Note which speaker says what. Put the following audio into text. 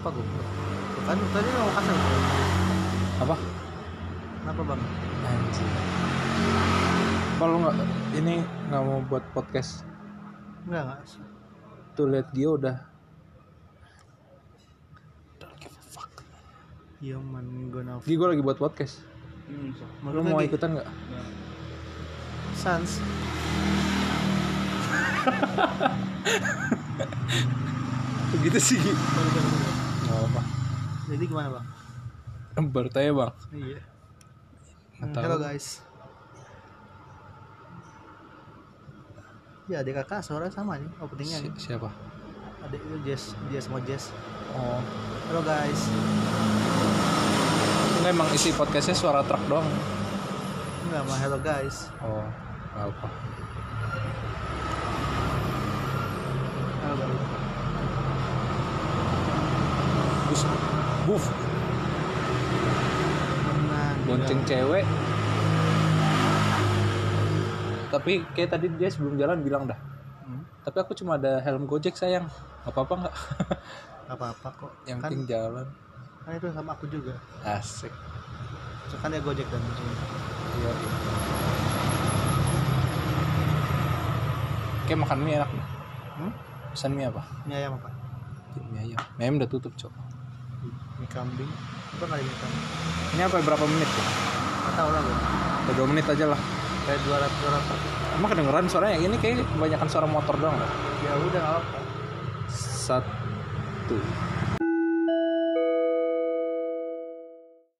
Speaker 1: Kan ya? ini nggak mau buat podcast
Speaker 2: Enggak, enggak sih.
Speaker 1: tuh lihat dia udah
Speaker 2: Iya man, gonna
Speaker 1: Gi gue lagi buat podcast lu mau ikutan nggak
Speaker 2: Sans.
Speaker 1: begitu gitu sih Gi. nggak apa
Speaker 2: Jadi gimana bang?
Speaker 1: bertanya bang
Speaker 2: Iya.
Speaker 1: Nggak
Speaker 2: Hmm,
Speaker 1: tahu.
Speaker 2: Hello guys. Ya adik kakak suara sama nih openingnya nih.
Speaker 1: Si- siapa
Speaker 2: Adik itu Jess, Jess mau Jess.
Speaker 1: oh
Speaker 2: Halo guys.
Speaker 1: nggak emang isi podcastnya suara truk doang
Speaker 2: Enggak mah hello guys.
Speaker 1: oh nggak apa
Speaker 2: Halo guys.
Speaker 1: bus buf
Speaker 2: Menang.
Speaker 1: bonceng cewek tapi kayak tadi dia sebelum jalan bilang dah
Speaker 2: Hmm,
Speaker 1: tapi aku cuma ada helm gojek sayang nggak apa-apa nggak
Speaker 2: apa-apa kok.
Speaker 1: yang
Speaker 2: kan,
Speaker 1: penting jalan
Speaker 2: kan itu sama aku juga.
Speaker 1: asik
Speaker 2: So, kan dia gojek dan bonceng.
Speaker 1: Iya. Oke makan mie enak nih.
Speaker 2: Hmm?
Speaker 1: Pesan mie apa?
Speaker 2: Ini ayam apa?
Speaker 1: Mie ayam. Mie ayam udah tutup cok.
Speaker 2: Mie kambing. Apa nggak ada mie kambing?
Speaker 1: Ini apa berapa menit? ya?
Speaker 2: Nggak tahu lah gue.
Speaker 1: Udah dua menit aja lah.
Speaker 2: Kayak dua ratus dua ratus.
Speaker 1: Emang kedengeran suaranya? Ini kayak kebanyakan suara motor doang. dah.
Speaker 2: Ya udah nggak apa-apa.
Speaker 1: Satu,